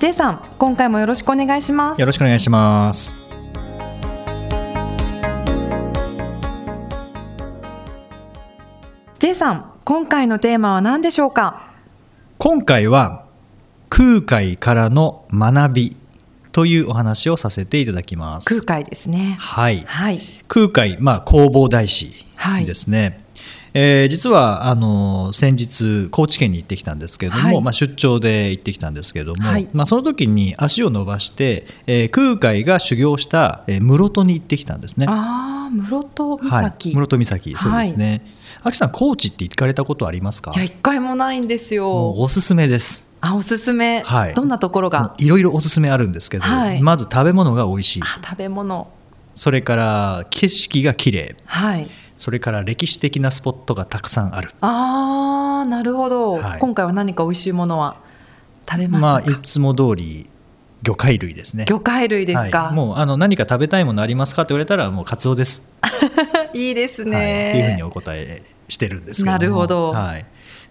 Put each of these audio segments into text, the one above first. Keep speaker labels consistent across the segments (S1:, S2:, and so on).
S1: J さん、今回もよろしくお願いします
S2: よ。ろしくお願いします
S1: ジェイさん、今回のテーマは何でしょうか。
S2: 今回は空海からの学びというお話をさせていただきます
S1: 空海ですね。
S2: はい
S1: はい。
S2: 空海、まあ、弘法大師ですね、えー実はあの先日高知県に行ってきたんですけれども、
S1: はい
S2: まあ、出張で行ってきたんですけれども、
S1: はい
S2: まあ、その時に足を伸ばして、えー空海が修行した、えー室戸に行ってきたんですね。
S1: ああ、室戸
S2: はい、
S1: 岬。
S2: 室戸岬そうですね。あきさん高知って行かれたことありますか
S1: いや、一回もないんです
S2: も
S1: よ
S2: う。おすすめです。
S1: あ、おすすめ、
S2: はい
S1: どんなところ
S2: もう
S1: が。
S2: いろいろおすすめあるんですけど、
S1: はい
S2: まず食べ物が美味しい
S1: あ、食べ物。
S2: それから景色が綺麗
S1: はい。
S2: それから歴史的なスポットがたくさんある
S1: ああ、なるほど、
S2: はい
S1: 今回は何か美味しいものは。食べまし
S2: まあ
S1: たか。
S2: いつも通り魚介類ですね
S1: 魚介類ですか。
S2: はい、もうあの何か食べたいものありますかって言われたらもうカツオです、
S1: いいです
S2: はい、っていうふう
S1: ね
S2: に。お答えしてるんですけども
S1: なるほど
S2: はい、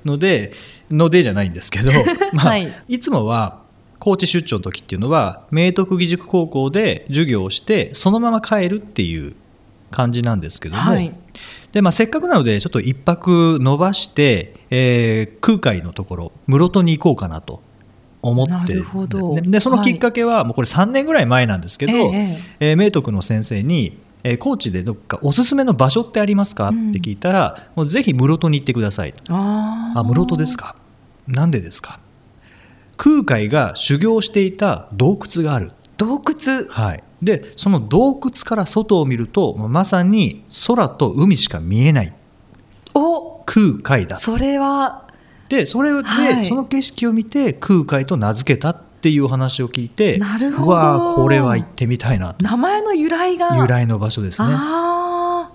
S2: のでのでじゃないんです けど、まあ
S1: はい
S2: い、つもは高知出張の時っていうのは明徳義塾高校で授業をしてそのまま帰るっていう感じなんですけども、
S1: はい。
S2: でまあ、せっかくなのでちょっと一泊伸ばして、えー空海のところ室戸に行こうかなと思ってるんです、ね、
S1: なるほど
S2: でそのきっかけは、もうこれ3年ぐらい前なんですけど、
S1: え
S2: え
S1: ええ
S2: ー明徳の先生に、えー高知でどっかおすすめの場所ってありますか?」っ
S1: うん
S2: て聞いたら「もうぜひ室戸に行ってください」
S1: あー
S2: あ室戸です。かなんでですか?」空海が修行していた洞窟がある
S1: 洞窟。
S2: はい、でその洞窟から外を見るともうまさに空と海しか見えない
S1: お。
S2: 空海だ
S1: それは。
S2: でそれで、
S1: はい
S2: その景色を見て空海と名付けたっていうお話を聞いて
S1: なるほど
S2: うわーこれは行ってみたいな
S1: 名前の由来が。
S2: 由来の場所ですね
S1: あ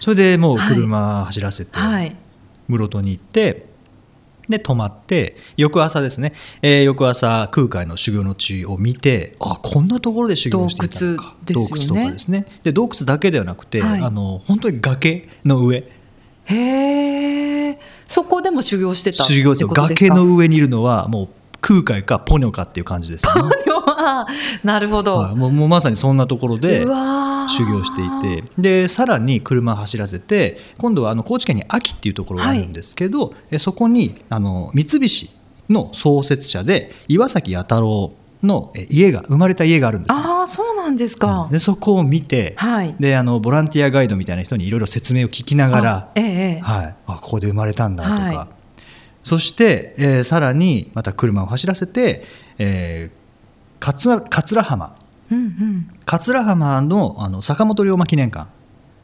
S2: それでもう車走らせて
S1: あ。はい。
S2: 室戸に行ってで泊まって翌朝ですね、えー翌朝空海の修行の地を見てあこんなところで修行していたのか
S1: 洞窟ですよね
S2: 洞窟とかですねで洞窟だけではなくて、
S1: はい
S2: あの本当に崖の上
S1: へえ。そこでも修行してたって
S2: 修行
S1: ことですか。
S2: 崖の上にいるのはもう空海かポニョかっていう感じですね
S1: あーなるほど。
S2: はい、もうもうまさにそんなところで
S1: うわー
S2: 修行していてでさらに車を走らせて今度はあの高知県に秋っていうところがあるんですけど、えそこにあの三菱の創設者で岩崎弥太郎のえ家が生まれた家があるんですよ
S1: ああ、そうなんですか。
S2: うんでそこを見て、
S1: はい。
S2: であのボランティアガイドみたいな人にいろいろ説明を聞きながら
S1: あええええ
S2: はい、あここで生まれたんだとか、
S1: はい
S2: そして、えーさらにまた車を走らせて、えー桂桂浜
S1: うんうん。
S2: 桂浜のあの坂本龍馬記念館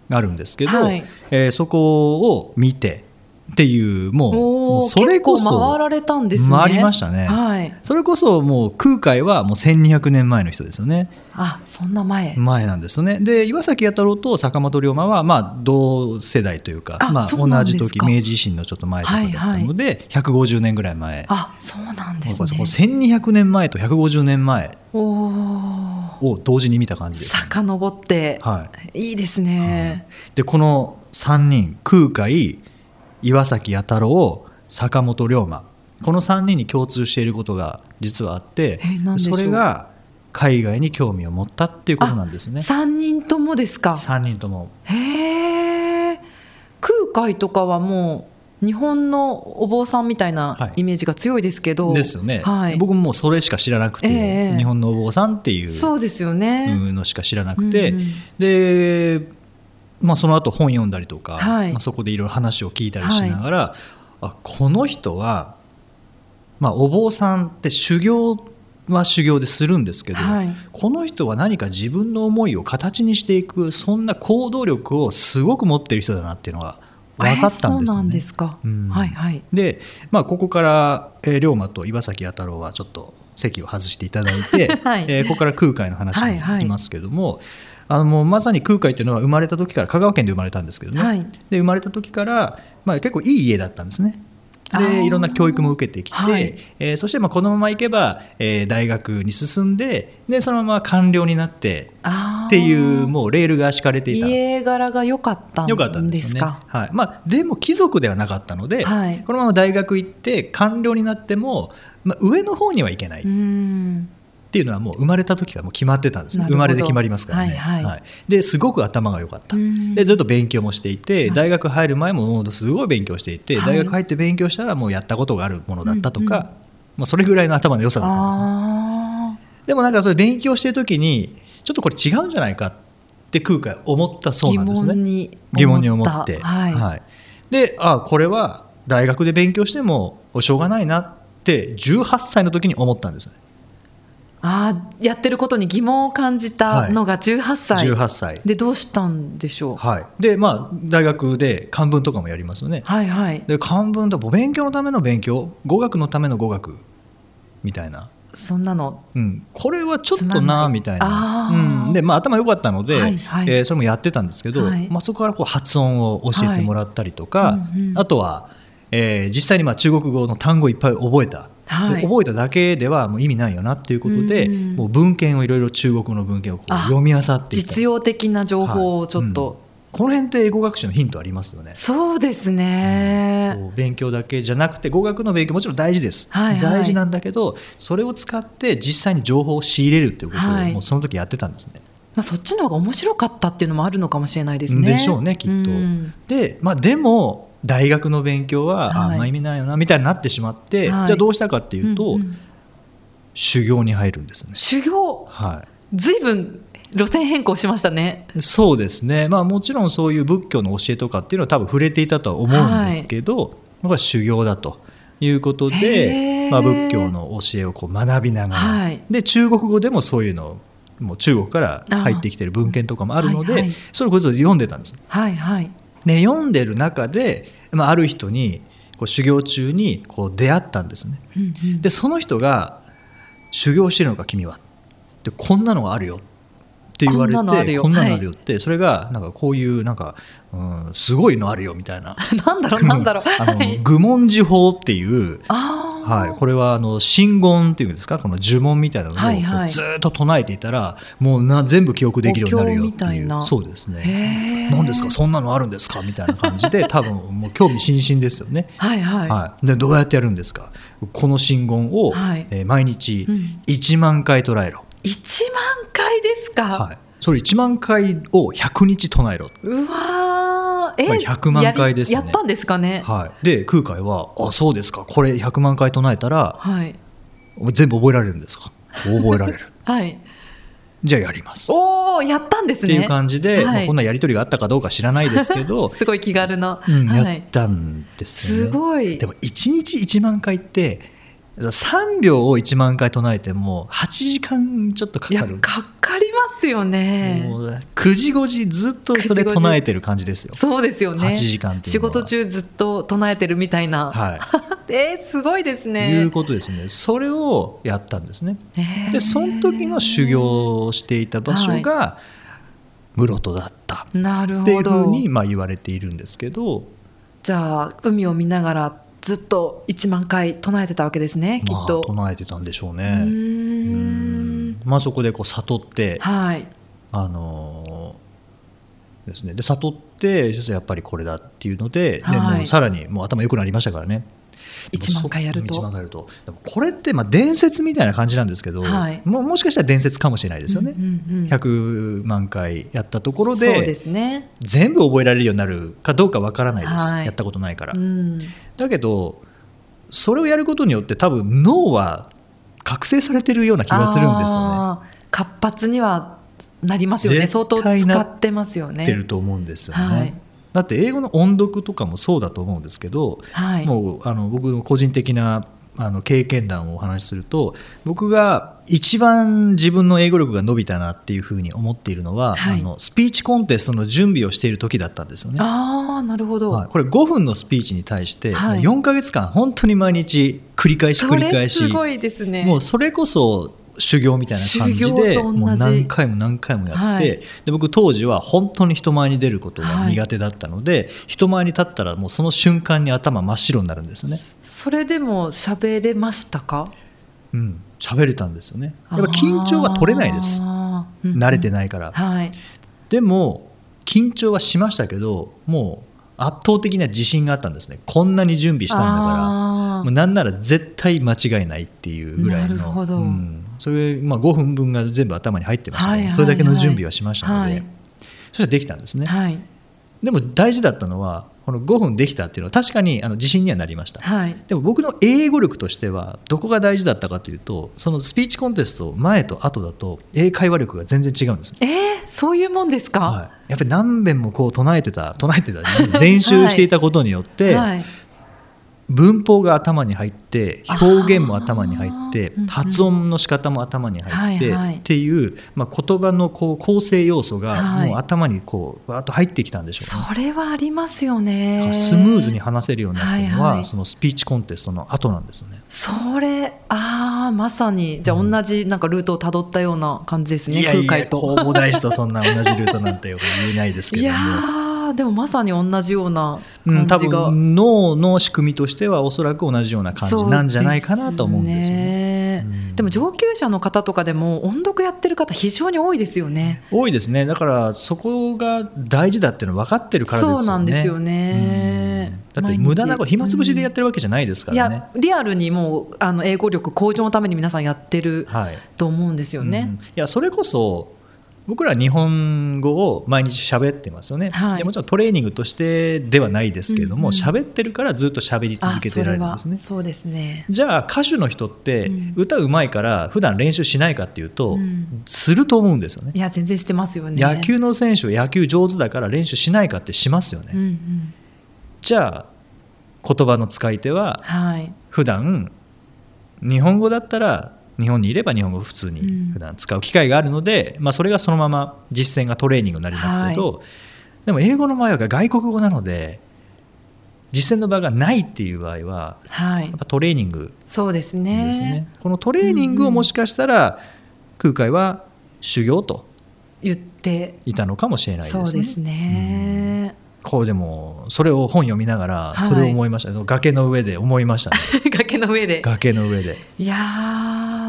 S2: があるんですけど、
S1: はい
S2: えーそこを見てっていうもう
S1: お
S2: も
S1: お、
S2: うそれこ
S1: 結構回
S2: そ
S1: られたんですね。
S2: 回りましたね
S1: はい。
S2: それこそもう空海はもう1200年前の人ですよね
S1: あ、そんな前。
S2: 前なんですよねで岩崎弥太郎と坂本龍馬はまあ同世代というか
S1: あ
S2: まあ、
S1: そうな
S2: 同
S1: んです
S2: じ
S1: か
S2: 時明治維新のちょっと前とかだったので、150年ぐらい前
S1: あ、そうなんです
S2: この
S1: ね。
S2: 1200年前と150年前
S1: おお、
S2: を同時に見た感じです、ね
S1: 遡って、
S2: はい、
S1: い、いですね。
S2: でこの3人空海岩崎弥太郎坂本龍馬この3人に共通していることが実はあって
S1: え何でしょう
S2: それが海外に興味を持ったっていうことなんですね
S1: 三、人ともですか。
S2: 3人とも
S1: へえ。空海とかはもう日本のお坊さんみたい
S2: は
S1: ないイメージが強いですけど。
S2: ですよね、
S1: はい。
S2: 僕ももうそれしか知らなくて、
S1: ええ
S2: 日本のお坊さんっていう
S1: そうですよね。
S2: のしか知らなくて、
S1: うんうん
S2: で、まあ、その後本読んだりとか、
S1: はい
S2: まあ、そこでいろいろ話を聞いたりしながら、あこの人は、まあ、お坊さんって修行は修行でするんですけど、
S1: はい。
S2: この人は何か自分の思いを形にしていくそんな行動力をすごく持ってる人だなっていうのが分かったんです
S1: えーそうな
S2: よ
S1: ん
S2: ね
S1: で。すか。
S2: うん
S1: はいはい。
S2: で、まあ、ここから、えー龍馬と岩崎弥太郎はちょっと席を外していただいて、
S1: はい
S2: えーここから空海の話
S1: はい
S2: に
S1: はい
S2: 行きますけども。あのもうまさに空海というのは生まれた時から香川県で生まれたんですけどね、
S1: はい
S2: で生まれた時から、まあ、結構いい家だったんですね
S1: あー
S2: でいろんな教育も受けてきて、
S1: はい
S2: えーそしてまあこのまま行けば、えー大学に進んででそのまま官僚になって
S1: あー
S2: っていうもうレールが敷かれていた
S1: 家柄が良かったん
S2: よかったんで
S1: です
S2: よ
S1: す
S2: ね。
S1: か。
S2: はいまあ、でも貴族ではなかったので、
S1: はい
S2: このまま大学行って官僚になっても、まあ、上の方には行けないっ
S1: うん。
S2: ていうのはもう生まれた時からもう決まってたんです
S1: なるほ
S2: 生
S1: ど
S2: まれで決まりますからね。
S1: はいはい
S2: ですごく頭が良かった。
S1: うん
S2: でずっと勉強もしていて
S1: うん
S2: 大学入る前ももうすごい勉強していて、
S1: はい
S2: 大学入って勉強したらもうやったことがあるものだったとか、
S1: うんうん
S2: まあ、それぐらいの頭の良さだったんですね。
S1: あ
S2: でもなんかそれ勉強してる時にちょっとこれ違うんじゃないかって空海思った
S1: ー
S2: そう
S1: 疑
S2: なんですね。
S1: 問に
S2: 疑問に思って、
S1: はい。
S2: いであこれは大学で勉強してもしょうがないなって18歳の時に思ったんですね
S1: ああやってることに疑問を感じたのが18歳。
S2: 18歳
S1: でどうしたんでしょう。
S2: はいでまあ大学で漢文とかもやりますよね
S1: はいはい。
S2: で漢文と勉強のための勉強語学のための語学みたいな、
S1: そんなの。
S2: うん、これはちょっ
S1: つま
S2: と
S1: んな
S2: ないみたい
S1: あ
S2: な、
S1: ー
S2: うん、で、まあ、頭良かったので、
S1: はいはい
S2: えーそれもやってたんですけど、
S1: はい
S2: まあ、そこからこう発音を教えてもらったりとか、
S1: はいうんうん
S2: あとは、えー実際にまあ中国語の単語いっぱい覚えた
S1: はい。
S2: で覚えただけではもう意味ないよなっていうことで、
S1: うんうん
S2: もう文献をいろいろ中国の文献をこう
S1: あ
S2: 読み漁っていったんです
S1: 実用的な情報をちょっと。
S2: はいうんこの辺って英語学習のヒントありますよね。
S1: そうですね。
S2: こう勉強だけじゃなくて語学の勉強もちろん大事です、
S1: はいはい
S2: 大事なんだけどそれを使って実際に情報を仕入れるっていうことを、
S1: はい
S2: もうその時やってたんですね。
S1: まあそっちの方が面白かったっていうのもあるのかもしれないですね。
S2: でしょうねきっと
S1: うん
S2: で,、まあ、でも大学の勉強は、
S1: はい
S2: あんま意味ないよなみたいになってしまって、
S1: はい
S2: じゃあどうしたかっていうと、
S1: うんうん
S2: 修行に入るんですね。
S1: 修行
S2: はい
S1: ずいぶん路線変更しましたね。
S2: そうですね、まあ、もちろんそういう仏教の教えとかっていうのは多分触れていたとは思うんですけど、僕は修行だということ
S1: へ
S2: で
S1: ー、
S2: まあ、仏教の教えをこう学びながら、
S1: はい
S2: で中国語でもそういうのもう中国から入ってきてる文献とかもあるので、
S1: あーはいはい
S2: それこそ読んでたんです。
S1: はいはい。
S2: で読んでる中で、まあ、ある人にこう修行中にこう出会ったんですね。
S1: うんうん
S2: でその人が「修行してるのか君は」でこんなのがあるよって言われて
S1: こんなのあるよ
S2: こんなのあるよって、それがなんかこういうなんか、うん、すごいのあるよみたいな
S1: なんだろう なんだろう。
S2: あの
S1: はい。
S2: 愚問寺法っていう、
S1: ああ。
S2: はい、これはあの真言っていうんですかこの呪文みたいなのを
S1: はい
S2: こ
S1: はい
S2: うずっと唱えていたらもうな全部記憶できるようになるよっ
S1: お
S2: て
S1: 経み
S2: い
S1: たいうな
S2: そうですね。
S1: へえ
S2: 何ですかそんなのあるんですかみたいな感じで多分もう興味津々ですよね。
S1: はいはい。
S2: はい、でどうやってやるんですかこの真言を、
S1: はい
S2: えー毎日
S1: うん
S2: 1万回唱えろ、
S1: 一万回ですか。
S2: はい、それ1万回を100日唱えろ、
S1: うわー
S2: つまり100万回ですね
S1: やりやったんですかね。
S2: はい、で空海は「あそうですかこれ100万回唱えたら
S1: はい
S2: 全部覚えられるんですか覚えられ る
S1: はい。
S2: じゃあやります」っ
S1: おおやったんです
S2: て
S1: ね。
S2: いう感じで、
S1: はい
S2: まあこんなやり取りがあったかどうか知らないですけど、
S1: すごい気軽な。
S2: うん、
S1: は
S2: やっ
S1: い。
S2: たんですよ
S1: す
S2: ね。
S1: ごい。
S2: でも1日1万回って3秒を1万回唱えても8時間ちょっとか
S1: いや
S2: かる
S1: かかりますよね。
S2: もう9時5時ずっとそれ唱えてる感じですよ。
S1: そうですよね。
S2: 8時間ってい
S1: 仕
S2: うのは
S1: 事中ずっと唱えてるみたいな。
S2: は
S1: えー、すごいです
S2: い、
S1: ね。
S2: いうことですね。それをやったんですね。
S1: えー
S2: でその時の修。行をしていた場所が室戸だった
S1: なる
S2: ってい
S1: ほ
S2: うふう
S1: ど。
S2: にまあ言われているんですけど、
S1: じゃあ海を見ながらずっと1万回唱えてたわけですね。き
S2: ま
S1: っ
S2: あ、
S1: と。
S2: 唱えてたんでしょう
S1: うー
S2: ね。うんんまあ、そこでこう悟って、
S1: はい。
S2: あのーですね、で悟ってやっぱりこれだっていうので,、
S1: はい
S2: でもうさらにもう頭良くなりましたからね。
S1: 1万回やる
S2: でもそ
S1: と。
S2: 1万回やるとでもこれってまあ伝説みたいな感じなんですけど、
S1: はい
S2: もうもしかしたら伝説かもしれないですよね、
S1: うんうんうん
S2: 100万回やったところ
S1: そう
S2: で
S1: ですね。
S2: 全部覚えられるようになるかどうかわからないです、
S1: はい
S2: やったことないから、
S1: うん。
S2: だけどそれをやることによって多分脳は覚醒されてるような気がするんですよね。
S1: あー活発にはなりますよね。相
S2: 絶
S1: 当
S2: 対
S1: 使ってますよね。
S2: ってると思うんですよね、
S1: はい
S2: だって英語の音読とかもそうだと思うんですけど、
S1: はい。
S2: もうあの僕の個人的なあの経験談をお話しすると僕が一番自分の英語力が伸びたなっていうふうに思っているのは、
S1: はい
S2: あのスピーチコンテストの準備をしている時だったんですよね。
S1: ああなるほど、
S2: はい、これ5分のスピーチに対して、
S1: はい
S2: もう4か月間本当に毎日繰り返し
S1: そ
S2: 繰り返
S1: れ
S2: し
S1: すごいですね
S2: もうそれこそ修行みたいな感じ
S1: 修行
S2: で
S1: と同じ
S2: もう何回も何回もやって、
S1: はい
S2: で僕当時は本当に人前に出ることが苦手だったので、人前に立ったらもうその瞬間に頭真っ白になるんですよね。
S1: それでも喋れましたか
S2: うん、喋れたんですよね。やっぱ緊張が取れないです。慣れて
S1: い
S2: ないから。
S1: はい
S2: でも緊張はしましたけど、もう圧倒的な自信があったんですね。こんなに準備したんだから。
S1: あ
S2: もう
S1: ー
S2: なんなら絶対間違いないっていうぐらいの
S1: なるほど
S2: うん、それ、まあ、5分分が全部頭に入ってましたね、
S1: はいはい
S2: それだけの準備はしましたので、
S1: はい
S2: そしたらできたんですね、
S1: はい
S2: でも大事だったのはこの5分できたっていうのは確かにあの自信にはなりました、
S1: はい
S2: でも僕の英語力としてはどこが大事だったかというとそのスピーチコンテスト前と後だと英会話力が全然違うんですね
S1: えー、そういうもんですか、
S2: はい、やっぱり何遍もこう唱えてた唱えてた、練習していたことによって、
S1: はい、
S2: 文法が頭に入って表現も頭に入って
S1: あーうんうん
S2: 発音の仕方も頭に入って、
S1: はいはい
S2: っていう、まあ、言葉のこう構成要素
S1: は
S2: が
S1: い
S2: もう頭にこうわーっと入ってきたんでしょうね。
S1: それはありますよ
S2: だか
S1: ね
S2: らスムーズに話せるようになったのは、
S1: はいはい
S2: そのスピーチコンテストの後なんですよね。
S1: それあーまさにじゃあ
S2: うん
S1: 同じなんかルートをたどったような感じですね、
S2: いやい
S1: 空
S2: や
S1: 海と
S2: 弘法大師とそんな同じルートなんて言えないですけ
S1: い
S2: ど
S1: や
S2: も。
S1: ーでもまさに同じような
S2: うん、
S1: 感
S2: 多
S1: じが、
S2: 分脳の仕組みとしてはおそらく同じような感じなんじゃないかなと思うんですよね。
S1: ね
S2: うん
S1: でも上級者の方とかでも音読やってる方非常に多いですよね。
S2: 多いですねだからそこが大事だっていうの分かってるからですよね
S1: そうなんですよね
S2: うんだって
S1: 毎日
S2: 無駄なこと暇つぶしでやってるわけじゃないですか
S1: い
S2: らね
S1: や、リアルにもうあの英語力向上のために皆さんやってる
S2: はい
S1: と思うんですよ
S2: うん
S1: ね
S2: い。やそれこそ僕ら日本語を毎日喋ってますよね、
S1: はい
S2: でもちろんトレーニングとしてではないですけど
S1: うんう
S2: も
S1: ん
S2: 喋、ってるからずっと喋り続けてられるんですね
S1: あそれはそうですね。
S2: じゃあ歌手の人って
S1: うん
S2: 歌うまいから普段練習しないかっていうと、
S1: うん
S2: すると思うんですよね
S1: いや全然してますよね。
S2: 野球の選手は野球上手だから練習しないかってしますよね、
S1: うんうん
S2: じゃあ言葉の使い手は
S1: はい。
S2: 普段日本語だったら日本にいれば日本語を普通
S1: うん
S2: に普段使う機会があるので、まあ、それがそのまま実践がトレーニングになりますけど、でも英語の場合は外国語なので実践の場がないっていう場合は
S1: は
S2: や
S1: い
S2: っ。ぱトレーニング
S1: そうですね。
S2: ですねこのトレーニングをもしかしたら空海は修行と
S1: 言って、
S2: いたのかもしれないです
S1: そ
S2: ね。
S1: うですね。
S2: こうでもそれを本読みなが
S1: は
S2: ら
S1: い
S2: それを思いました、その崖の上で思いましたね
S1: 崖の上で。
S2: 崖の上で
S1: いや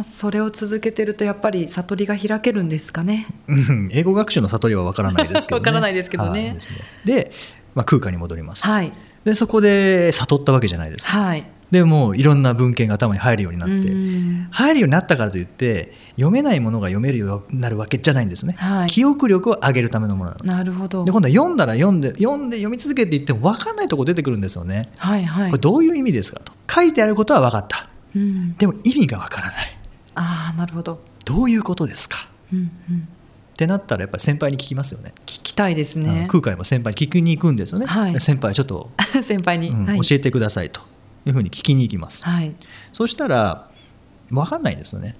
S1: ーそれを続けてるとやっぱり悟りが開けるんですかね。
S2: うん 英語学習の悟りはわからないですけど、ね、
S1: わからないですけどね
S2: はいですで、まあ、空間に戻ります、
S1: はい
S2: でそこで悟ったわけじゃないです
S1: はい。
S2: でもういろんな文献が頭に入るようになって、
S1: うん
S2: 入るようになったからといって読めないものが読めるようになるわけじゃないんですね、
S1: はい
S2: 記憶力を上げるためのものなの
S1: なるほど
S2: で。今度は読んだら読んで読んで読み続けていっても分かんないとこ出てくるんですよね、
S1: はいはい
S2: これ。どういう意味ですかと書いてあることは分かった
S1: うん、
S2: でも意味が分からない
S1: ああなるほど。
S2: どういうことですか
S1: うんうん、
S2: ってなったらやっぱり先輩に聞きますよね
S1: 聞きたいです
S2: うん
S1: ね。
S2: 空海も先輩に聞きに行くんですよね、
S1: はい
S2: 先輩ちょっと、
S1: 先輩に、
S2: うん
S1: はい、
S2: 教えてくださいというふうに聞きに行きます、
S1: はい。
S2: そうしたら分かんないんですよね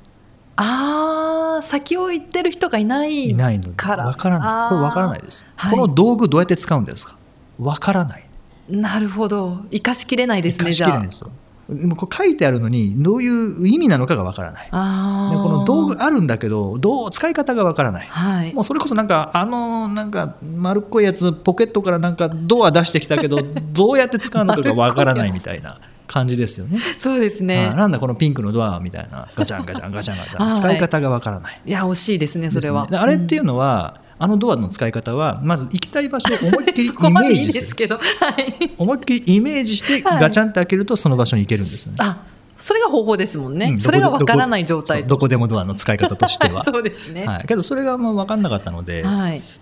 S1: ああ先を行ってる人がいない
S2: いないので分
S1: から
S2: からないこれ分からない
S1: い。
S2: です、
S1: はい
S2: この道具どうやって使うんですか分からない
S1: なるほど生かしきれないですね
S2: 貸し
S1: じ
S2: 切れな
S1: ゃ
S2: いんですよでもこう書いてあるのにどういう意味なのかが分からないで
S1: あ。ああ
S2: この道具あるんだけどどう使い方が分からない
S1: はい
S2: も。うそれこそなんかあのなんか丸っこいやつポケットからなんかドア出してきたけ どどうやって使うのかがわからないみたいな感じですよね。
S1: そうですね。
S2: あなんだこのピンクのドアみたいなガチャンガチャンガチャンガ チャン、
S1: はい
S2: 使い方がわからない
S1: いや惜しいですねそれは。
S2: ですねであれっていうのは、あのドアの使い方はまず行きたい場所を思いっきり
S1: そこ
S2: イ
S1: ま
S2: メ
S1: で
S2: ー
S1: いい
S2: ジ
S1: ですす
S2: る
S1: けど、はい。
S2: 思いっきりイメージして
S1: はい
S2: ガチャンって開けるとその場所に行けるんですよね。
S1: あ、それが方法ですもんね。
S2: うん
S1: それが
S2: どこ
S1: わ
S2: で
S1: からない状態
S2: そう。どこでもドアの使い方としては。
S1: そうですね。は
S2: はい、けどそれがまあ分かんなかったの
S1: い。
S2: で、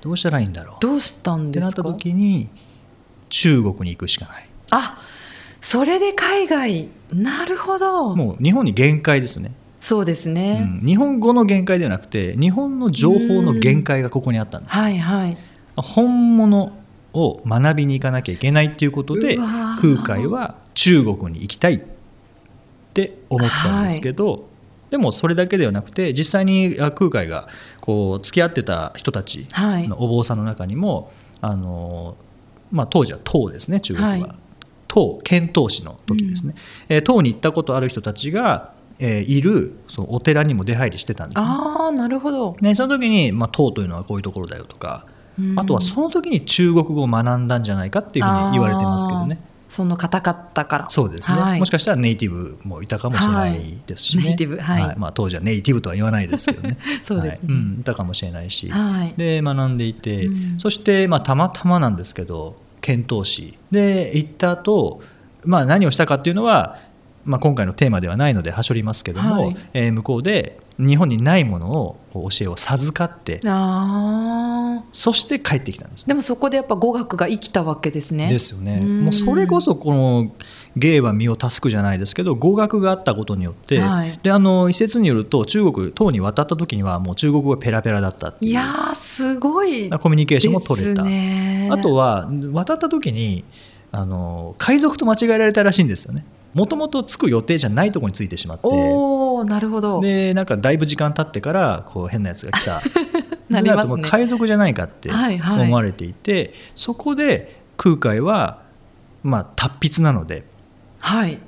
S2: どうしたらいいんだろう。
S1: どうしたん
S2: って
S1: で
S2: な
S1: す
S2: った
S1: か。
S2: 時に中国に行くしかない
S1: あ、それで海外。なるほど。
S2: もう日本に限界ですよね、
S1: そうですね。
S2: うん日本語の限界ではなくて日本の情報の限界がここにあったんですよ
S1: はいはい。
S2: 本物を学びに行かなきゃいけないっていうことで
S1: うわー
S2: 空海は中国に行きたいって思ったんですけど、でもそれだけではなくて実際に空海がこう付き合ってた人たち
S1: はい
S2: のお坊さんの中にも、あのまあ、当時は唐ですね中国は、
S1: はい
S2: 唐遣唐使の時ですね、えー唐に行ったことある人たちが、えーいるそのお寺にも出入りしてたんですね。
S1: ああなるほど、
S2: ね、その時に、まあ、唐というのはこういうところだよとか、
S1: うん
S2: あとはその時に中国語を学んだんじゃないかっていうふうに言われてますけどね
S1: その硬かったから
S2: そうですね、
S1: はい
S2: もしかしたらネイティブもいたかもしれないですしね、
S1: はいネイティブはい
S2: まあ、当時はネイティブとは言わないですけどね
S1: そうですね
S2: はいうん、いたかもしれないし、
S1: はい
S2: で学んでいて、
S1: うん
S2: そして、まあ、たまたまなんですけど遣唐使で行った後、まあ何をしたかっていうのは、まあ、今回のテーマではないのではしょりますけども、
S1: はい
S2: えー向こうで日本にないものをこう教えを授かって
S1: ああ
S2: そして帰ってきたんですね
S1: でもそこでやっぱ語学が生きたわけですね
S2: ですよね。
S1: うん
S2: もうそれこそこの芸は身を助くじゃないですけど語学があったことによって、
S1: はい
S2: であの一説によると中国唐に渡った時にはもう中国語がペラペラだったっていう
S1: いやーすごい
S2: コミュニケーションも取れた、
S1: ですね
S2: あとは渡った時にあの海賊と間違えられたらしいんですよね。もともと着く予定じゃないところに着いてしまって
S1: おおなるほど
S2: でなんかだいぶ時間経ってからこう変なやつが来た
S1: なり
S2: でな
S1: ますね
S2: んかもう海賊じゃないかって
S1: はいはい
S2: 思われていて、そこで空海は、まあ、達筆なので
S1: はい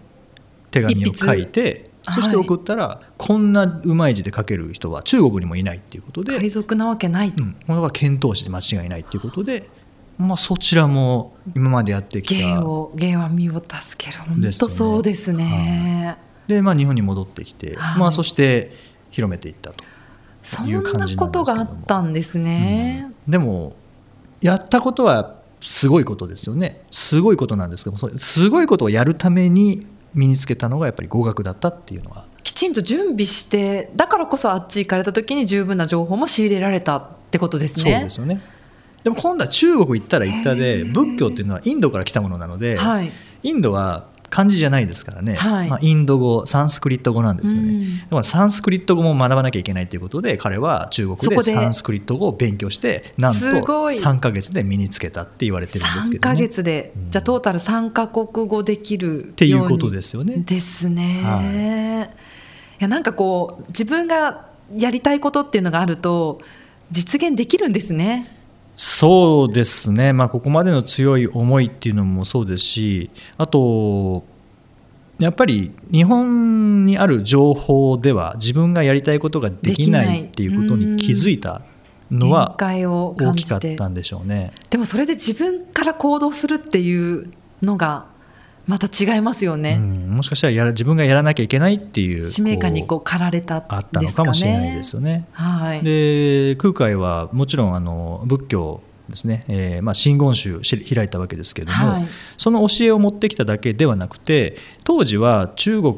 S2: 手紙を書いて
S1: はい
S2: そして送ったら、こんなうまい字で書ける人は中国にもいないっていうことで、
S1: 海賊なわけないと、
S2: うん、これは遣唐使で間違いないっていうことで、まあ、そちらも今までやってき
S1: 芸
S2: た
S1: を芸は身を助ける本
S2: で
S1: 当
S2: すね
S1: そうですね
S2: で、まあ、日本に戻ってきて、
S1: はい
S2: まあ、そして広めていったと。
S1: そ
S2: い
S1: ん
S2: う感
S1: な
S2: じなんですけども
S1: ことがあったんですね、
S2: うんでもやったことはすごいことですよねすごいことなんですけどもそうすごいことをやるために身につけたのがやっぱり語学だったっていうのは
S1: きちんと準備してだからこそあっち行かれた時に十分な情報も仕入れられたってことです
S2: そう
S1: ね。
S2: ですよねでも今度は中国行ったら行った
S1: へえ
S2: で仏教っていうのはインドから来たものなので、
S1: はい、
S2: インドは漢字じゃないですからね、
S1: はい
S2: まあ、インド語サンスクリット語なんですよね、
S1: うん
S2: だからサンスクリット語も学ばなきゃいけないということで彼は中国
S1: そこ
S2: で
S1: で
S2: サンスクリット語を勉強してなんと
S1: すごい
S2: 3ヶ月で身につけたって言われてるんですけ
S1: 3
S2: ど、
S1: ヶ
S2: ね、
S1: 月で、
S2: うん
S1: じゃあトータル3カ国語できる
S2: っていうことですすよね。
S1: ですね、、
S2: はい
S1: やなんかこう自分がやりたいことっていうのがあると実現できるんですね。
S2: そうですね、まあ、ここまでの強い思いっていうのもそうですしあとやっぱり日本にある情報では自分がやりたいことができな
S1: できない
S2: いっていうことに気づいたのは
S1: 限界を
S2: 大
S1: 感
S2: き
S1: じ
S2: かってたんでしょうね。
S1: でもそれで自分から行動するっていうのがまた違いますよ
S2: う
S1: ね。
S2: ん、もしかしたらやら自分がやらなきゃいけないっていう
S1: 使命感にこ
S2: こ
S1: う駆られたんです
S2: う
S1: か、
S2: あ
S1: ね、
S2: ったのかもしれないですよね。
S1: はい。
S2: で空海はもちろんあの仏教ですね、えーまあ、真言宗をし開いたわけですけれども、
S1: はい
S2: その教えを持ってきただけではなくて当時は中国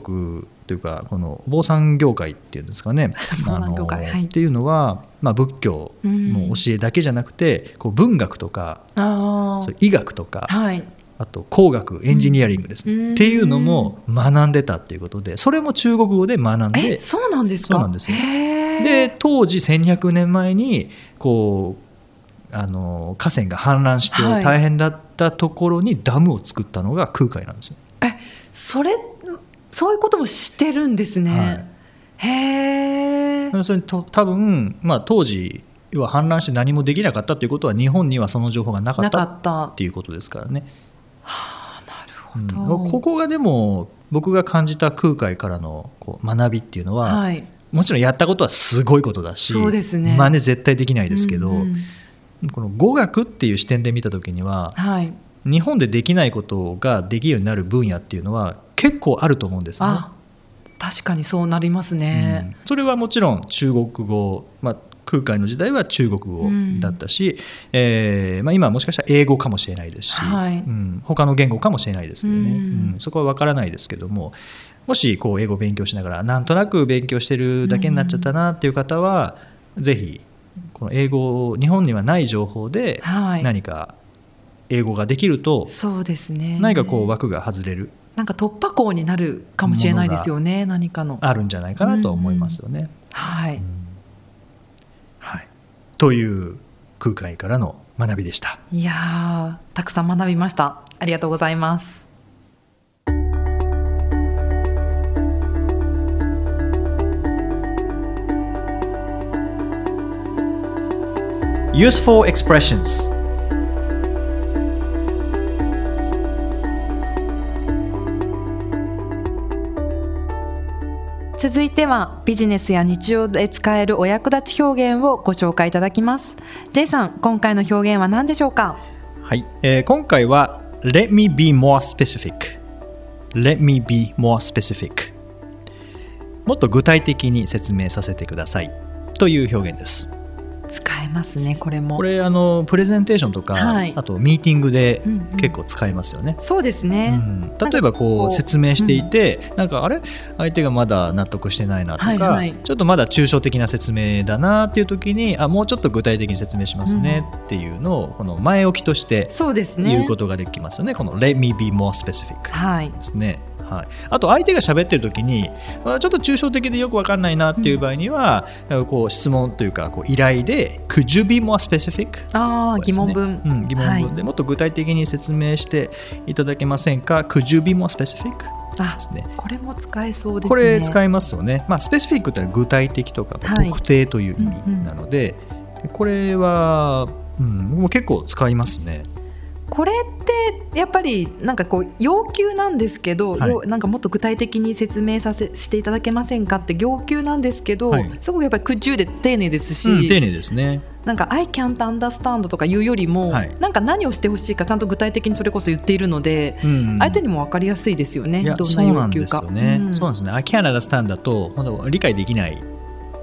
S2: というかこのお坊さん業界っていうんですか ね
S1: 坊さん業界
S2: あの
S1: はい
S2: っていうのは、まあ、仏教の教えだけじゃなくて、こう文学とか
S1: あ
S2: そうい
S1: ー
S2: う医学とか、
S1: はい。
S2: あと工学エンジニアリングですね、
S1: うん
S2: っていうのも学んでたっていうことでそれも中国語で学ん
S1: え、
S2: で
S1: そうなんですか。
S2: そうなんですよ
S1: へー
S2: で当時1200年前にこうあの河川が氾濫して
S1: はい
S2: 大変だったところにダムを作ったのが空海なんですよ。
S1: え、それそういうこともしてるんですね。へえ。
S2: それと多分、まあ、当時要は氾濫して何もできなかったということは日本にはその情報がなか
S1: な
S2: っ
S1: か
S2: た
S1: った。な
S2: っていうことですからね。
S1: る
S2: う
S1: ほ
S2: ん
S1: ど。
S2: ここがでも僕が感じた空海からのこう学びっていうのは、
S1: はい。
S2: もちろんやったことはすごいことだし
S1: そうですね
S2: 真似絶対できないですけど、
S1: うんうん
S2: この語学っていう視点で見た時には
S1: はい。
S2: 日本でできないことができるようになる分野っていうのは結構あると思うんですね。
S1: あ、確かにそうなりますね。
S2: うんそれはもちろん中国語、まあ、空海の時代は中国語だったし、えーまあ、今はもしかしたら英語かもしれないですし、
S1: はい
S2: うん、他の言語かもしれないですけどね、
S1: うん
S2: うんそこは分からないですけどももしこう英語を勉強しながらなんとなく勉強してるだけになっちゃったなっていう方は、ぜひこの英語を日本にはない情報で
S1: はい。
S2: 何か英語ができると
S1: そうですね。
S2: 何かこう枠が外れる
S1: なんか突破口になるかもしれないですよね。何かの。
S2: あるんじゃないかなとは思いますよね。
S1: はい。
S2: はい、という空海からの学びでした。
S1: いやーたくさん学びました。ありがとうございます。
S2: Useful Expressions
S1: 続いてはビジネスや日常で使えるお役立ち表現をご紹介いただきます J さん今回の表現は何でしょうか
S2: はい、えー今回は Let me be more specific Let me be more specific もっと具体的に説明させてくださいという表現です
S1: 使えますねこれも
S2: これあのプレゼンテーションとか、
S1: はい
S2: あとミーティングで
S1: うんうん
S2: 結構使いますよね、
S1: そうです
S2: う
S1: ね、
S2: ん例えばこ
S1: こう
S2: う説明していて、なんかあれ相手がまだ納得してないなとか、
S1: はいはい
S2: ちょっとまだ抽象的な説明だなっていう時にあもうちょっと具体的に説明しますねっていうのをこの前置きとして
S1: そうですね
S2: 言うことができますよねこの「Let me be more specific」
S1: はい
S2: ですね。はい、あと相手が喋ってる時にあちょっと抽象的でよくわかんないなっていう場合には、こう質問というかこう依頼で「Could you be more specific?」
S1: ああ、疑問文、
S2: うん、疑問文
S1: はい
S2: で、もっと具体的に説明していただけませんか Could you be more specific? で
S1: あ
S2: すね。
S1: これも使えそうですね
S2: これ使いますよね。まあ、スペシフィックというのは具体的とか
S1: はい
S2: 特定という意味なので、これは、うん、僕も結構使いますね。
S1: これってやっぱりなんかこう要求なんですけど、
S2: はい
S1: ようなんかもっと具体的に説明させしていただけませんかって要求なんですけど、
S2: はい
S1: すごくやっぱり苦渋で丁寧ですし、
S2: うん丁寧ですね。
S1: なんか「I can't understand」とか言うよりも、
S2: はい
S1: なんか何をしてほしいかちゃんと具体的にそれこそ言っているので、
S2: うん
S1: 相手にも分かりやすいですよね
S2: いや
S1: どん
S2: そ
S1: な
S2: うな
S1: 要
S2: ん
S1: 求
S2: です
S1: か。
S2: よね。
S1: うん
S2: そうなんですね。I can't understand だと本当理解できない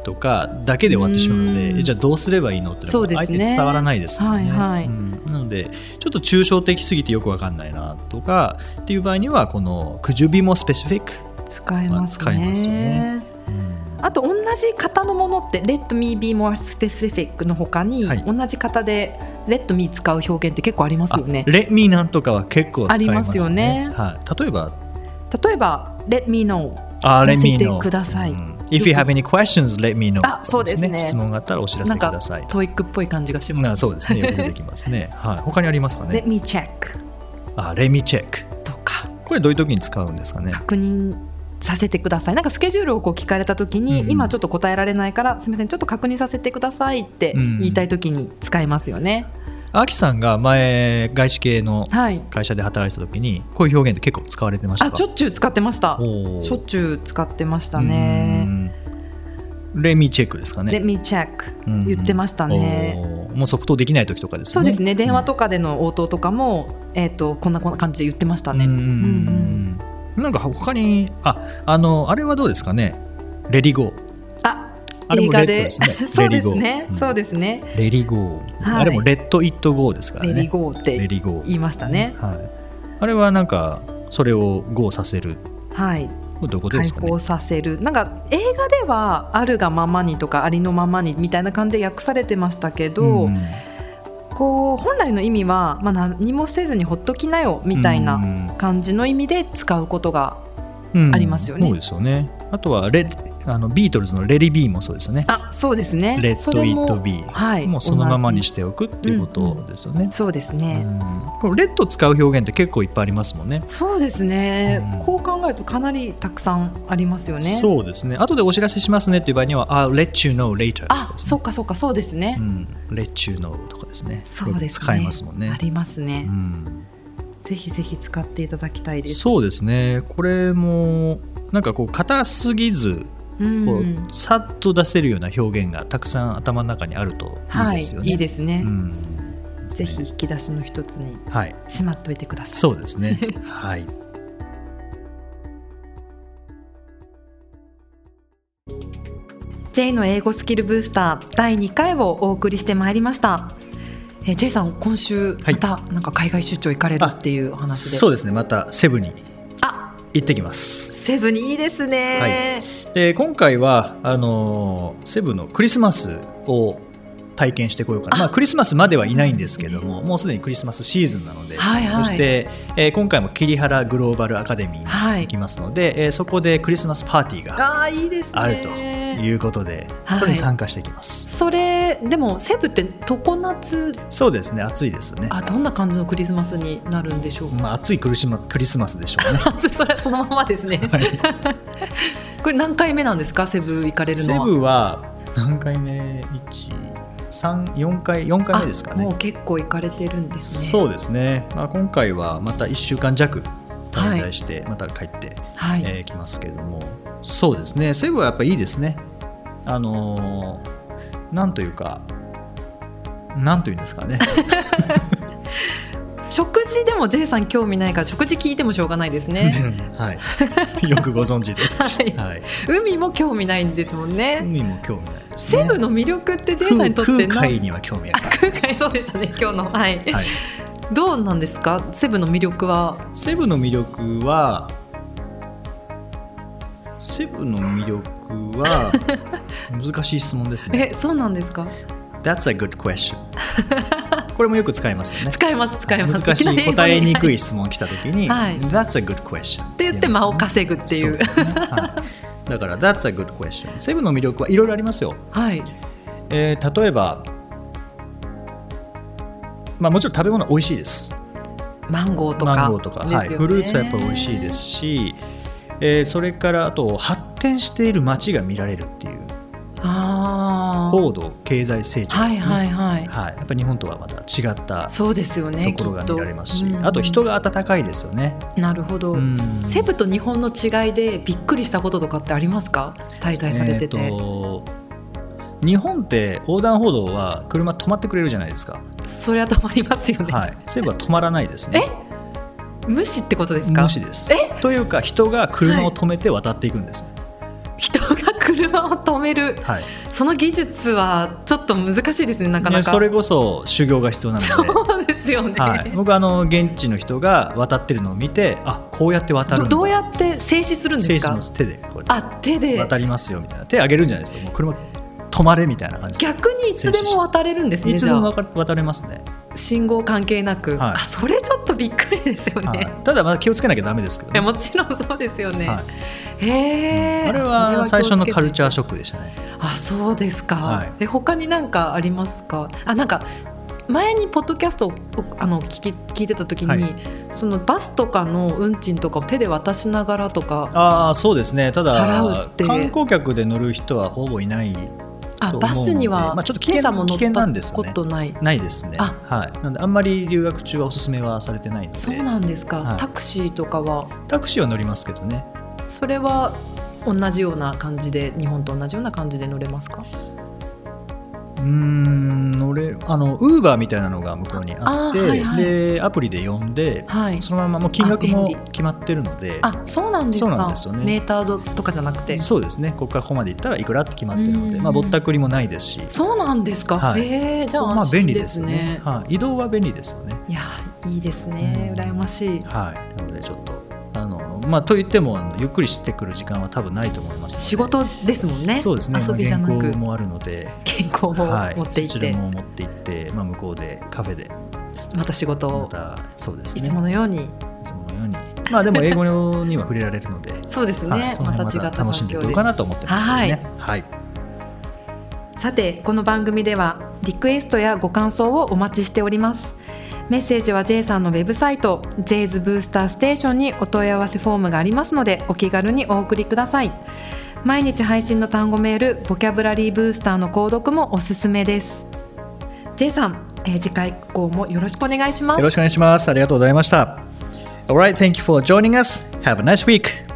S2: とかだけで終わってしまうので、
S1: うん
S2: じゃあどうすればいいのってのが
S1: そうですね
S2: 相手伝わらないですよね。
S1: はいはい
S2: うんなのでちょっと抽象的すぎてよくわかんないなとかっていう場合にはこの Could you be more specific?
S1: 使えますね,、
S2: まあ使えますよねうん
S1: あと同じ型のものって「Let me be more specific」の他に、
S2: はい
S1: 同じ型で「Let me」使う表現って結構ありますよね
S2: あ。レミなんとかは結構使いますよね。
S1: あります
S2: はい。例えば、
S1: 例えば「Let me know」
S2: あ、レミ
S1: 知らせ
S2: の。
S1: てください
S2: うん If you have any questions, let me know.
S1: あそうですね
S2: 質問があったらお知ら
S1: な
S2: せ
S1: ん
S2: く
S1: か
S2: ださい。
S1: トイックっぽい感じがしま
S2: な
S1: す。
S2: そうですね。よくできますね。はい。他にありますかね。
S1: Let me check
S2: あ、レミチェック。
S1: とか
S2: これどういう時に使うんですかね。
S1: 確認させてくださいなんかスケジュールをこう聞かれた時に、
S2: うん
S1: 今ちょっと答えられないからすみませんちょっと確認させてくださいって言いたい時に使いますよね。
S2: アキさんが前外資系の
S1: はい
S2: 会社で働いてた時にこういう表現って結構使われてました
S1: あ
S2: か。
S1: しょっちゅう使ってました
S2: おー
S1: しょっちゅう使ってましたね。。
S2: うんレミチェックですかね。
S1: Let me check、
S2: うん
S1: 言ってましたね。
S2: おーもう即答できない時とかですね。
S1: そうですね電話とかでの応答とかも、えっ、とこんなこんな感じで言ってました
S2: か
S1: ね。
S2: うんう
S1: うんうん
S2: んうん。なんか他にああのあれはどうですかね。レリゴー。
S1: あ
S2: あれ
S1: 映
S2: も
S1: 画
S2: レッド
S1: で
S2: ですね
S1: そ
S2: レ
S1: うで
S2: リ
S1: す
S2: ゴー
S1: ね、
S2: うん
S1: そうですね
S2: レリゴーですね。
S1: はい
S2: あれもレッドイットゴーですからね。
S1: レリゴーっ
S2: レ
S1: て
S2: リゴー。
S1: 言いましたね
S2: はい。あれはなんかそれをゴーさせる。
S1: はい
S2: これどういうことで
S1: 解
S2: すかね。
S1: 放させるなんか映画ではあるがままにとかありのままにみたいな感じで訳されてましたけど、
S2: うん
S1: こう本来の意味は、まあ、何もせずにほっときなよみたいな感じの意味で使うことが
S2: うんうん
S1: ありますよね
S2: そうですよね。あとはレあのビートルズのレリビーもそうですよね。
S1: あそうですね
S2: レッ
S1: そ
S2: ド
S1: れ
S2: イ
S1: も
S2: ットビー。
S1: はい
S2: もうそのままに
S1: 同じ
S2: しておくっていうことですよね。
S1: そうです
S2: う
S1: ね、
S2: んこれレッド使う表現って結構いっぱいありますもんね。
S1: そうですね、
S2: うん
S1: こう考えるとかなりたくさんありますよね
S2: そうですね。後でお知らせしますねっていう場合には、I'll let you know later
S1: あ
S2: ですね
S1: そっかそっかそうですね
S2: う、ん、let you know とかですね。
S1: そうですね
S2: 使いますもんね。
S1: ありますね、
S2: うん
S1: ぜひぜひ使っていただきたいです。
S2: そうですねこれもなんかこう硬すぎず
S1: うん
S2: こうさっと出せるような表現がたくさん頭の中にあるといい
S1: はい、
S2: ですよね。
S1: いいですね。
S2: うん
S1: ぜひ引き出しの一つに
S2: はい
S1: しまっておいてください。
S2: そうです ねはい。
S1: J の英語スキルブースター第2回をお送りしてまいりました。えー J さん今週
S2: はい
S1: またなんか海外出張行かれるっていうお話で、
S2: そうですねまたセブンに
S1: あ
S2: 行ってきます。
S1: セブンいいですね。
S2: で今回はあのーセブンのクリスマスを体験してこようかな
S1: あ
S2: まあ、クリスマスまではいないんですけども、もうすでにクリスマスシーズンなので、
S1: はいはい
S2: そして、えー今回も桐原グローバルアカデミーに行きますので、えーそこでクリスマスパーティーが
S1: ああいいですね。
S2: あるということで、
S1: はい
S2: それに参加してきます。
S1: それでもセブンって常夏
S2: そうですね、暑いですよね。
S1: あどんな感じのクリスマスになるんでしょうか。
S2: まあ、暑いクリスマクリスマスでしょ うね。
S1: それはそのままですね。 これ何回目なんですかセブン行かれる
S2: セ
S1: のは。
S2: ブは何回目一34回4回目ですかね
S1: もう結構行かれてるんですね
S2: そうですね、まあ、今回はまた1週間弱滞在して、また帰ってき、
S1: はい
S2: えー来ますけれどもそうですねそういえばやっぱいいですねあのーなんというかなんというんですかね
S1: 食事でも J さん興味ないから食事聞いてもしょうがないですね
S2: はい、よくご存知で、
S1: はい
S2: はい、
S1: 海も興味ないんですもんね
S2: 海も興味ないですね
S1: セブの魅力って J
S2: 空
S1: さんにとって
S2: 空
S1: な
S2: 海には興味ありま
S1: 空海そうでしたね今日の はい、
S2: す、はい、
S1: どうなんですかセブの魅力は
S2: セブの魅力はセブの魅力 は難しい質問ですね
S1: えそうなんですか
S2: That's a good question これもよく使いますよね
S1: 使います使います
S2: 難し
S1: きなり
S2: い
S1: 英語で
S2: 答え にく
S1: はい
S2: 質問来た時に、
S1: はい
S2: That's a good question っ
S1: って言って間を
S2: す
S1: 稼ぐってい
S2: そううですね、はい、だから That's a good question セブの魅力はいろいろありますよ
S1: はい
S2: えー例えば、まあ、もちろん食べ物は美味しいです
S1: マンゴーとか
S2: マンゴーとか、はい、
S1: ですよね
S2: フルーツはやっぱり美味しいですし、えーそれからあと発展している街が見られるっていう
S1: ああ
S2: 高度経済成長ですね、
S1: は
S2: はいい
S1: はいはい
S2: やっぱり日本とはまた違った
S1: そうですよね
S2: ところが
S1: きっと
S2: 見られますし、
S1: うん
S2: あと人が温かいですよね、
S1: なるほど、
S2: うん
S1: セブと日本の違いでびっくりしたこととかってありますか滞在されてて、
S2: えーと日本って横断歩道は車止まってくれるじゃないですか、
S1: それは止まりますよね、
S2: はい、西部は止まらないですね
S1: 無視ってことですか
S2: 無視ですというか人が車を止めて渡っていくんです、
S1: 人が車を止める
S2: はい
S1: その技術はちょっと難しいですねなかな
S2: ね
S1: か
S2: それこそ修行が必要なので、
S1: そうですよね、
S2: はい、僕あの現地の人が渡ってるのを見てあこうやって渡る
S1: ど
S2: んだ
S1: どうやって静止するんで
S2: 制
S1: す
S2: 止
S1: か
S2: ます手でこうやっ
S1: あ手
S2: て
S1: で
S2: 渡りますよみたいな手あげるんじゃないですよもう車止まれみたいな感じ
S1: 逆にいつでも渡れるんですね
S2: いつ
S1: じ
S2: で
S1: ゃ
S2: も
S1: あ
S2: わか渡れますね、
S1: 信号関係なく、
S2: はい
S1: あそれちょっとびっくりですよね、
S2: はい
S1: い、
S2: ただまだ気をつけなきゃダメですけどね、
S1: やもちろんそうですよね、
S2: はい
S1: へえ
S2: あれは最初のカルチャーショックでしたね
S1: あそうですか、
S2: はい
S1: え他に何かありますかあなんか前にポッドキャストをあの聞き聞いてた時に、
S2: はい
S1: そのバスとかの運賃とかを手で渡しながらとか
S2: ああそうですねた
S1: 払う
S2: だ
S1: って
S2: 観光客で乗る人はほぼいない
S1: あ
S2: と思うので
S1: バスには、
S2: まあちょっと危険
S1: J さんも
S2: 危
S1: 乗
S2: 険なん
S1: っ
S2: ですよ
S1: たこ
S2: ね
S1: とない、
S2: ないですね
S1: あ
S2: はいなんであんまり留学中はおすすめはされてないので
S1: そうなんですか、
S2: はい
S1: タクシーとかは
S2: タクシーは乗りますけどね
S1: それは同じような感じで日本と同じような感じで乗れますか
S2: うーん乗れあのウーバーみたいなのが向こうにあって
S1: あーはいはい
S2: でアプリで呼んで、
S1: はい
S2: そのままもう金額
S1: あ
S2: も
S1: 便利
S2: 決まってるので
S1: あそうなんです
S2: そうなん
S1: か
S2: ですよね
S1: メーターとかじゃなくて
S2: そうですねここからここまで行ったらいくらって決まってるの
S1: う
S2: で、
S1: ん
S2: まあ、ぼったくりもないですし
S1: そうなんですか、
S2: はい
S1: えーじゃ
S2: そう
S1: あ
S2: まあ
S1: 安
S2: 便
S1: 心
S2: 利
S1: で
S2: です
S1: す
S2: よ
S1: ね、
S2: ねはい、移動は便利ですよね
S1: いやいいですね、
S2: うん
S1: 羨ましい。
S2: はいなのでちょっとあのまあと言ってもあのゆっくりしてくる時間は多分ないと思いますので
S1: 仕事ですもんね。
S2: そうですね
S1: 遊びじゃな
S2: まあ
S1: く
S2: 原稿もあるので
S1: 健康を
S2: はい、
S1: 持っていっ
S2: そ
S1: て、
S2: ちらも持って行って、まあ、向こうでカフェで
S1: また仕事
S2: ま
S1: を
S2: たそうですね
S1: いつものように、
S2: いつものようにまあでも英語には触れられるの で、
S1: そうですね、
S2: はい、その
S1: また
S2: 辺
S1: 違
S2: ま
S1: った
S2: た楽し
S1: 環
S2: んでい
S1: 境
S2: こう
S1: で
S2: か。なと思ってますけどねはい、
S1: さてこの番組ではリクエストやご感想をお待ちしておりますメッセージは J さんのウェブサイト J's ブースターステーションにお問い合わせフォームがありますのでお気軽にお送りください毎日配信の単語メールボキャブラリーブースターの購読もおすすめです J さん、えー次回以降もよろしくお願いします
S2: よろしくお願いしますありがとうございました Alright, thank you for joining us. Have a nice week.